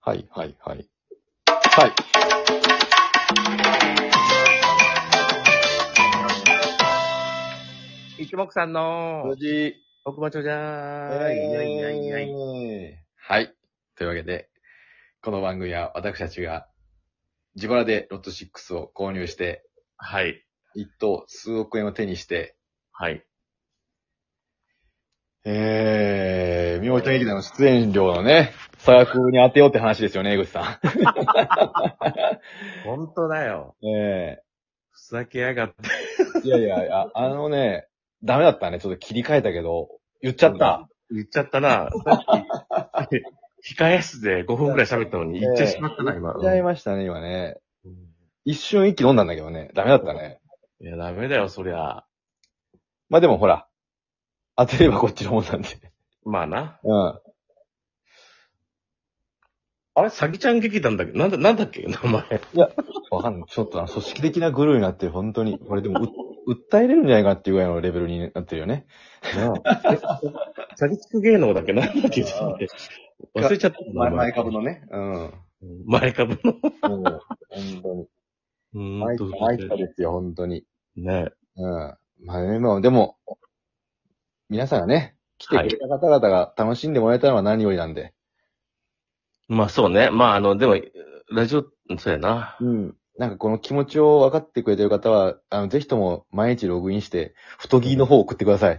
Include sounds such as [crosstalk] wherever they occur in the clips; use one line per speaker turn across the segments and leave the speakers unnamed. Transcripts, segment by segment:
はい、はい、はい。はい。
一目さんの
無、事。
奥場所じゃーい。いやいやいやいや。
えーはい。というわけで、この番組は私たちが自腹でロット6を購入して、
はい。
一等数億円を手にして、
はい。
えー、妙ちゃん劇団の出演料のね、差額に当てようって話ですよね、江口さ
ほんとだよ。
ん。 [laughs] え
ふざけやがって。
ー、いやいやいや、あのね、ダメだったね。ちょっと切り替えたけど、言っちゃった。
言っちゃったな。 [laughs] さっき控え室で5分くらい喋ったのに、言っちゃしまったな、今。
言っちゃい
ま
ましたね、今ね。一瞬一気飲んだんだけどね、ダメだったね。
いや、ダメだよ、そりゃ。
まあでもほら、当てればこっちのもんなんで。
まあな。
うん。
あれ、さきちゃん劇団だっけなんだ、なんだっけ名
[laughs]
前。
わかんない。ちょっとな、組織的なグルーになってる、本当に。これでも、う訴えれるんじゃないかっていうぐらいのレベルになってるよね。
さきつく芸能だっけなんだっけちょっと待って忘れちゃった。
のね。うん。
前株の。
もう、本
う
当
ー
に。
ん
マイ
と
カですよ、本当に。
ね
うん。まあね、まあでも、皆さんがね、来てくれた方々が楽しんでもらえたのは何よりなんで。
まあそうね。まああの、でも、ラジオ、そうやな。
うん。なんかこの気持ちを分かってくれてる方は、あの、ぜひとも毎日ログインして、太着の方を送ってください。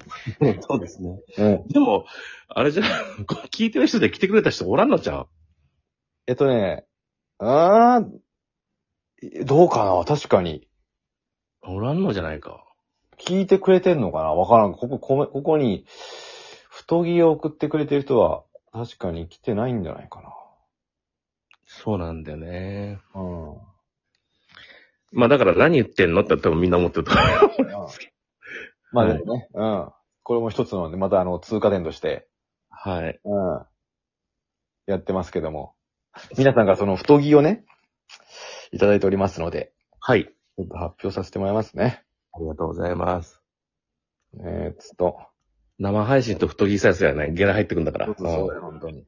そうですね。
うん。
でも、あれじゃ、 [laughs] これ聞いてる人で来てくれた人おらんのじゃん。
えっとね、あー、どうかな確かに。
おらんのじゃないか。
聞いてくれてんのかなわからん。ここ、こめここに、太着を送ってくれてる人は、確かに来てないんじゃないか
そうなんだよね。
な。うん。
まあだから何言ってんのって多分みんな思ってると思う。
まあでもね、うん。これも一つのね、またあの、通過点として、
はい。
うん。やってますけども。皆さんがその太着をね、いただいておりますので、
はい。
ちょっと発表させてもらいますね。
ありがとうございます。
えー、っと。
生配信と太着サイズやない。ゲラ入ってくんだから。
よ、本当に。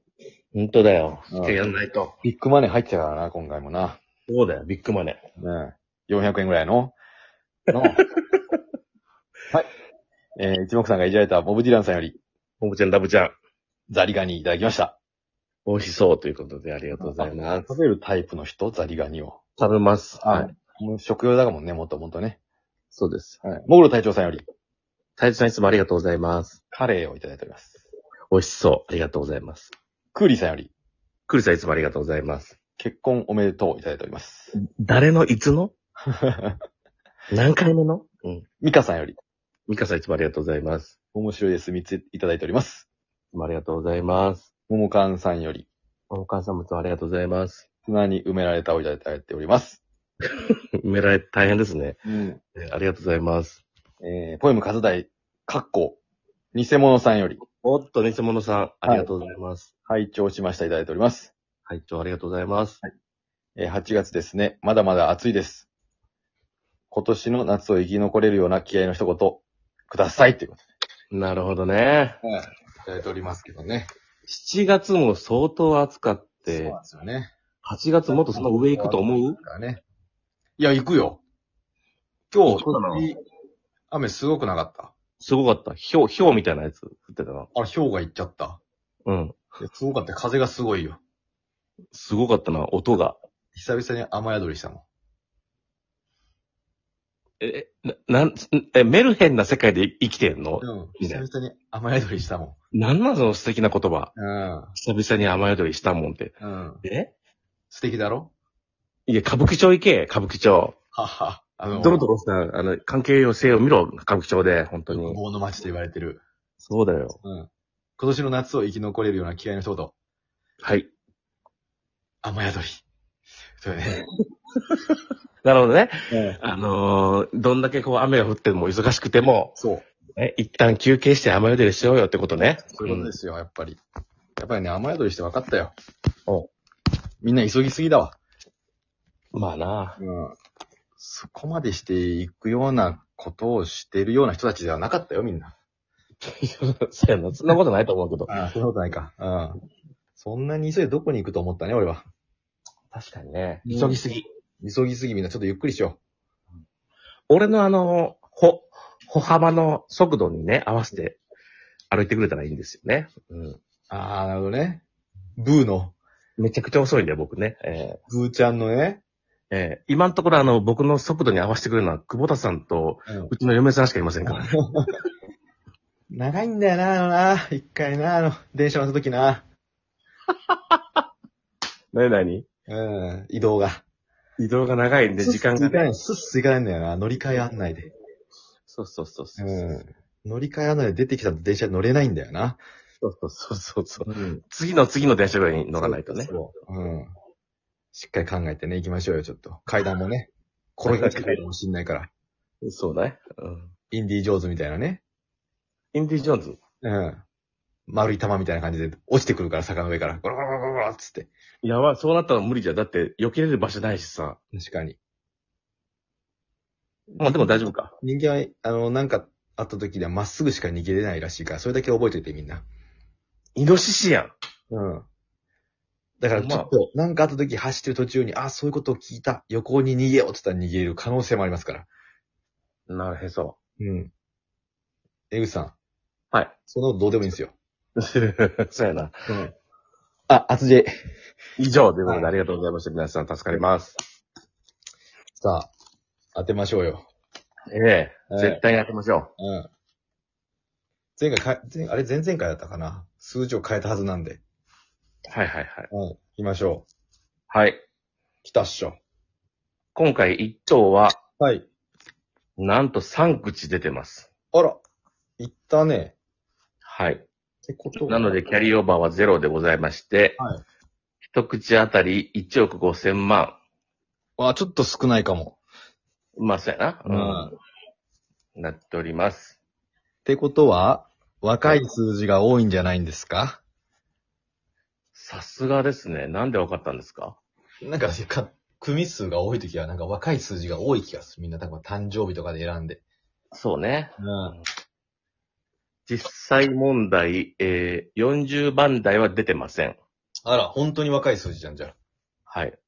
本当だよ。
うん
やんないと。
ビッグマネー入ってたからな、今回もな。
そうだよ、ビッグマネ
ねえ、400円ぐらいの。 [laughs] のはい。えー一目さんがいじられたボブ・ディランさんより
ー。ももちゃん、ダブちゃん、
ザリガニいただきました。
美味しそうということでありがとうございます。
食べるタイプの人、ザリガニを。
食べます。
あ
はい。
もう食用だもんね、もともとね。
そうです。
はい。モグロ隊長さんより
太一さんいつもありがとうございます。
カレーをいただいております。
美味しそう。ありがとうございます。
クーリーさんより
クリさんいつもありがとうございます。
結婚おめでとういただいております。
誰のいつの何回目のうん。
[laughs] ミカさんより
ミカさんいつもありがとうございます。
面白いです3ついただいております。
いつもありがとうございます。
モモカンさんより
お母さんもいつもありがとうございます。
砂に埋められたをいただいております。
埋められ、大変ですね。
うん。
えありがとうございます。
えー、ポエム数大、カッコ、偽物さんより
おっと、偽物さん、ありがとうございます。
拝聴しましたいただいております。
はい、長ありがとうございます。
えー8月ですね。まだまだ暑いです。今年の夏を生き残れるような気合の一言、くださいっていうこ
なるほどね。
とで。いただいておりますけどね。
7月も相当暑かっ
そう
て
な、んですよね。
8月もっとその上行くと思う
だからね。いや、行くよ。今
行くかな
日、雨すごくなかった。
すごかった。ひょう、ひょうみたいなやつ降ってたな。
あれ、氷が行っちゃった。
うん。
いやすごかった。風がすごいよ。
すごかったな、音が。
久々に雨宿りしたも
え、えな、なん、え、メルヘンな世界で生きてん
ん。
の
うん。
いい
久
ね
々に雨宿りしたも
なんなんその素敵な言葉。
ん。うん。
久々に雨宿りしたもんって。
うん。
え
素敵だろ
いや、歌舞伎町行け、歌舞伎町。
はっは。あの、
ドロドロした、あの、関係を性を見ろ、歌舞伎町で、本当に。
棒の街と言われてる。
そうだよ。
うん。今年の夏を生き残れるような気合いの一言。
はい。
雨宿り。そうよね。
なるほどね。あのーどんだけこう雨が降っても忙しくても、
そう。
ね、一旦休憩して雨宿りしようよってことね。
そういうことですよ、やっぱり。やっぱりね、雨宿りして分かったよ。
お
みんな急ぎすぎだわ。
うんまあな。 [laughs]
うん。そこまでしていくようなことをしてるような人たちではなかったよ、みんな。
そうやな。そんなことないと思うけど。
ああ、そんなことないか。うん。そんなに急いでどこに行くと思ったね、俺は。
確かにね。
うん
急ぎすぎ。
急ぎすぎみんなちょっとゆっくりしよ
俺のあの、歩、歩幅の速度にね、合わせて歩いてくれたらいいんですよね。うん。
う。あー、なるほどね。ブーの、
めちゃくちゃ遅いんだよ、僕ね。え
ブーちゃんのね。
ーえー今のところあの、僕の速度に合わせてくれるのは、久保田さんと、うちの嫁さんしかいませんからね。
長いんだよな、あのな。一回な、あの、電車乗った時な。
[laughs] 何何
うん、移動が。
移動が長いんで、時間が
ね。
ね。
スッス行かないんだよな、乗り換え案内で。
そうそうそうそう。
うん。乗り換え案内で出てきたと電車に乗れないんだよな。
そうそうそうそうそう。
うん。
次の次の電車ぐらいに乗らないとね。
そう。うん。しっかり考えてね、行きましょうよ、ちょっと。階段もね、転げ落ちてくるかもしんないから。
そうだね。うん。
インディ・ジョーンズみたいなね。
インディ・ジョーンズ。
うん。丸い玉みたいな感じで落ちてくるから、坂の上から。ゴロゴロゴロゴロっつって。
やばい、そうなったら無理じゃん。だって、避けれる場所ないしさ。
確かに。
まあでも大丈夫か。
人間は、あの、なんかあった時にはまっすぐしか逃げれないらしいから、それだけ覚えておいてみんな。
イノシシやん。
うん。だからちょっと、なんかあった時走ってる途中に、あ、そういうことを聞いた。横に逃げようって言ったら逃げる可能性もありますから。
なるへそ。
うん。江口さん。
はい。
そんなことどうでもいいんですよ。
[laughs] そうやな。
うん。あ、厚字。
以上ということ
はい
でありがとうございました。皆さん助かります。
さあ、当てましょうよ。
ええ
はい
絶対やってましょ
うん。前回か、前あれ前々回だったかな。数字を変えたはずなんで。
う。はいはいはい。
うん。行きましょう。
はい。
来たっしょ。
今回一丁は、
はい。
なんと3口出てます。
あら。行ったね。
はい。
ってことは
なので、キャリーオーバーはゼロでございまして、
はい。
一口あたり1億5千万。
あ、ちょっと少ないかも。
まあ、そうやな。うん。なっております。
ってことは、若い数字が多いんじゃないんですか
さすがですね。なんでわかったんですか
なんか、か組数が多いときは、なんか若い数字が多い気がする。みんな多分誕生日とかで選んで。
そうね。
うん。
実際問題、えー、40番台は出てません。
あら、本当に若い数字じゃん、じゃあ。
はい。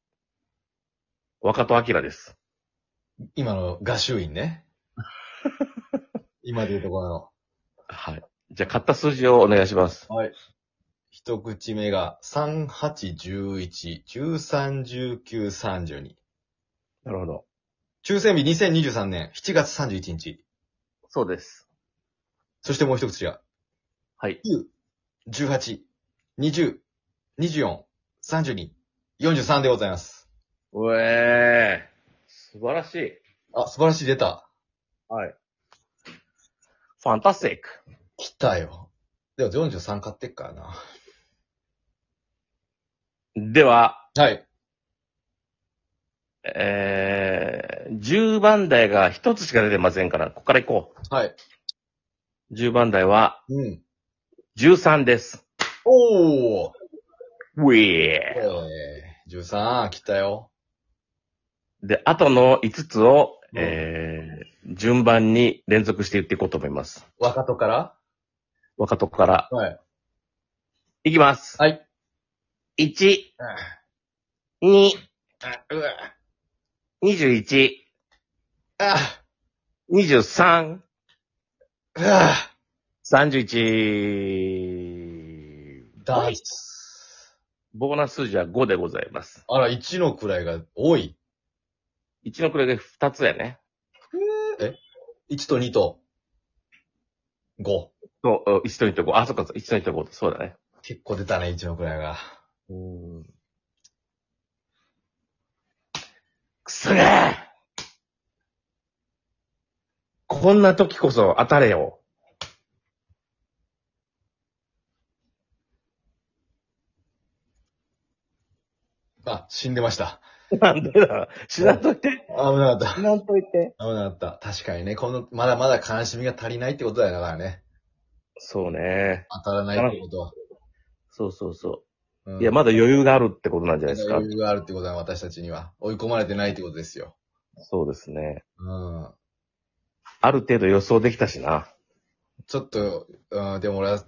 若戸明です。
今の画集院 [laughs] ね。今でいうところの。
はい。じゃあ、買った数字をお願いします。
はい。一口目が3、8、11、13、19、32。
なるほど。
抽選日2023年7月31日。
そうです。
そしてもう一口が
はい。
9、18、20、24、32、43でございます。
うえー。素晴らしい。
あ、素晴らしい出た。
はい。ファンタスティック。
来たよ。でも43買ってっからな。
では、
はい。
えー、10番台が1つしか出てませんから、ここから行こ
はい。
う。10番台は
うん。
13です。
おー
ウィー
えー、13、来たよ。
で、あとの5つを、
うん
えー、順番に連続して言っていこうと思います。
若戸から
若とこから。
はい。
いきます。
はい。
1、
あ
2、
あ、うわ。
21、
あ
23、
あ、うわ。
31。
ダ
は
イ
い
ス。
ボーナス数字は5でございます。
あら、1の位が多い。
1のくらいが2つやね。
1と2と5。
そう、1と2と5。あ、そっか、1と2と5。そうだね。
結構出たね、1の位が。
うん。くそがこんな時こそ当たれよ。
あ、死んでました。
なんでだ死なんといて。
危なかった。
死なんといて。
危なかった。確かにね、この、まだまだ悲しみが足りないってことだよなだからね。
そうね。
当たらないってことは。
そうそうそうう。
ん
いや、まだ余裕があるってことなんじゃないですか。
余裕があるってことは私たちには。追い込まれてないってことですよ。
そうですね。
うん。
ある程度予想できたしな。
ちょっと、うん、でも俺は、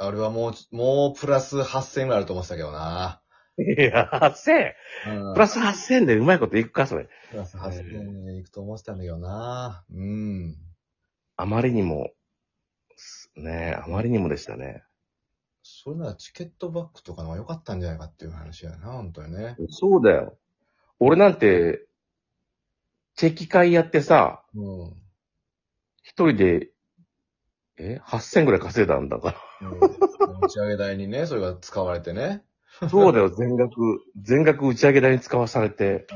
俺はもうち、もうプラス8000ぐらいあると思ってたけどな。
いや、8000!
うん
プラス8000でうまいこといくか、それ。
プラス8000でいくと思ってたんだけどな。うん。
あまりにも、すねえあまりにもでしたね。
それならチケットバックとかの方が良かったんじゃないかっていう話やな、本当にね。
そうだよ。俺なんて、チェキ会やってさ、
うん。うん
一人で、え ?8000 ぐらい稼いだんだか
打ち上げ代にね、それが使われてね。
ら。そうだよ、 [laughs] 全額、全額打ち上げ代に使わされて、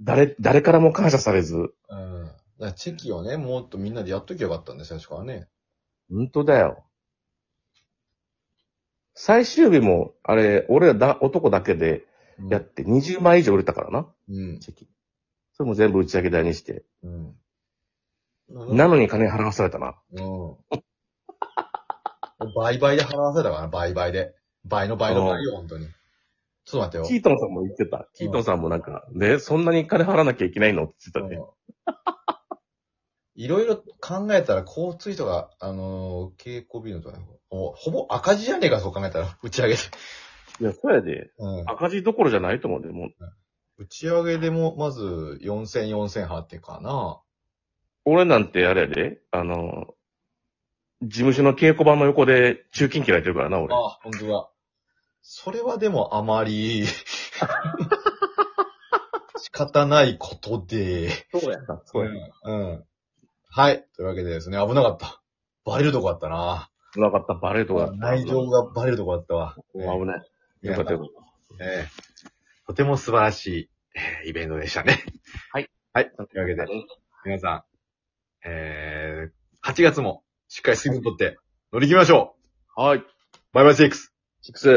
誰、誰からも感謝されず。
うん。うん。だからチェキをね、もっとみんなでやっときゃよかったんですよ、確かはね。
本当だよ。最終日も、あれ、俺らだ男だけで
うん
やっ。て20枚以上売れたからな、
うん。
チェキ。それも全部打ち上げ代にして。
うん。
なのに金払わされたな。
うん。倍々で払わせたからな、倍々で。倍の倍の倍よ、本当に。ちょっと待
キ
っ
ートンさんも言ってた。キートンさんもなんか、ね、そんなに金払わなきゃいけないのって言っててたね。
よ。うんいろいろ考えたら、交通費とか、あのー、稽古ビルとかね、ほぼほぼ赤字じゃねえか、そう考えたら。打ち上げで。
いや、そうやで。
うん。
赤字どころじゃないと思うんだよ、もう。
打ち上げでも、まず、4000、4000払ってかな。
俺なんてあれやで、あの、事務所の稽古場の横で中金切られてるからな、俺。
あ、本当だ。それはでもあま
[laughs]
り、仕方ないことで、
そうや。そうや。
うん。うん。はい。というわけでですね、危なかった。バレるとこあったな。
なかった、バレーとか。
内情がバレるとこあったわ。
危ない。よかったよかっ
ええとても素晴らしい、ええイベントでしたね。
はい。
はい。というわけ
た
で、。皆さん、えー、8月もしっかり水分取って乗り切りましょ
はい。
うバイバイシックス
シックス。